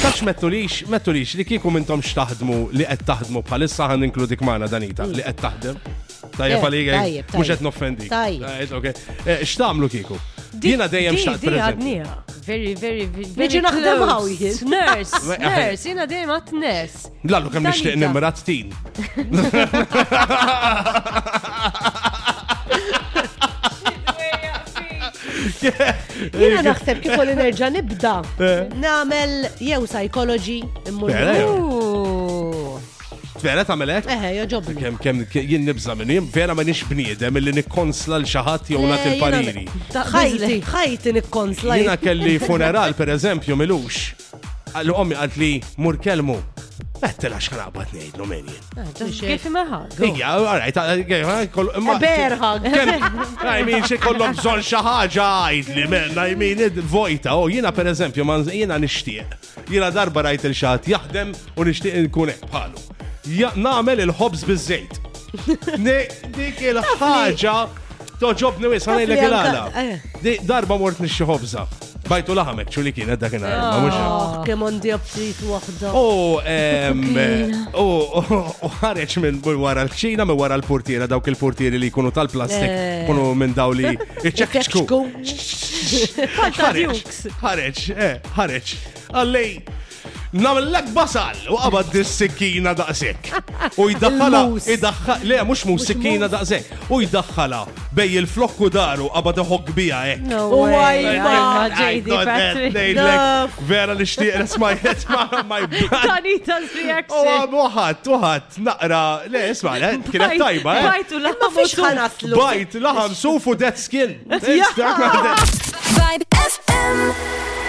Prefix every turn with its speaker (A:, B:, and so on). A: għax mettulix, mettulix li kieku mintom xtaħdmu li qed taħdmu bħalissa ħan inkludik maħna Danita li qed taħdem. Tajja
B: Eh,
A: pali
B: tajjeb,
A: għaj, mux
B: tajjeb.
A: qed noffendi.
B: Tajjeb.
A: Xtamlu Eh, kieku? Jina dejjem xtaqt. Eh, per
C: Di
A: eżempju.
C: għadnija. Very, very, very.
B: Niġu naħdem
C: close.
B: għaw jien.
C: Nurse,
A: Weh, aħe.
C: nurse, jina dejjem għat nurse.
A: Lallu kem nishtiq
C: Danita.
A: nimrat tin.
B: Jena naħseb kif li nerġa' nibda.
A: Eh.
B: Namel jew psychology immur.
A: Vera, jew.
C: Ooh.
A: Vera tamelek?
B: Eħe, joġobni.
A: Kem, kem, eh. ke- jien nibza minn jien, vera ma nix bniedem illi nikkonsla l-xaħat jew nat il-pariri.
C: Ta-
B: Eh, Ħajti,
C: bizle.
B: ħajti nikkonsla.
A: Jina kelli funeral, per eżempju, milux. Għallu ommi għalt li mur kelmu. Mettela xħanabat nejdlu minn jien.
C: Ah, Just give him a hug.
A: Ija, għarajt,
B: Eh, Berħa.
A: Għajmin xie kollom bżon xaħġa għajdli minn, għajmin vojta, o jina Oh, per eżempju, man jina nishtiq. Jina darba rajt il-xaħat jaħdem u nishtiq nkunek bħalu. Ja- Namel il-ħobs bizzejt. Ne- Dik il-ħagġa toġobni wis, għana
B: Tafli
A: il
B: anka-
A: għala.
B: eh.
A: Di- Darba mort nixxi ħobza. Bajtu laħamek, xulli kien għadda kien għarma, mux
B: Oh, kemm għandi optit waħda.
A: U em, u u ħareċ minn bu- wara l-ċina, minn wara l-portiera, dawk il-portieri li jkunu tal-plastik,
B: Eh.
A: kunu minn daw li
C: E
A: iċċekċku.
C: Dukes.
A: Ħareċ, ħareċ, eh, ħareċ. Għallej, namillek basal u qabad dis-sikkina daqsek. U jdaħħala,
B: Il-mus.
A: jdaħħala, le, mux mus sikkina daqsek. U jdaħħala bej il-flokku daru qabad uħog bija ek.
C: No
B: Oh
C: way.
B: my
A: Eh,
C: I
B: God.
C: know, JD Patrick.
A: Patrick. eh, Vera li xtieq nisma' jisma' my brother.
C: Tanita's
A: U
C: reaction.
A: għam uħat, uħat, ah, naqra, le, isma, le, kienet tajba, eh?
C: Bajtu la
B: Ma fiex ħanaslu.
A: Bajt, laħam, sufu dead skin. Instant,
D: Vibe FM.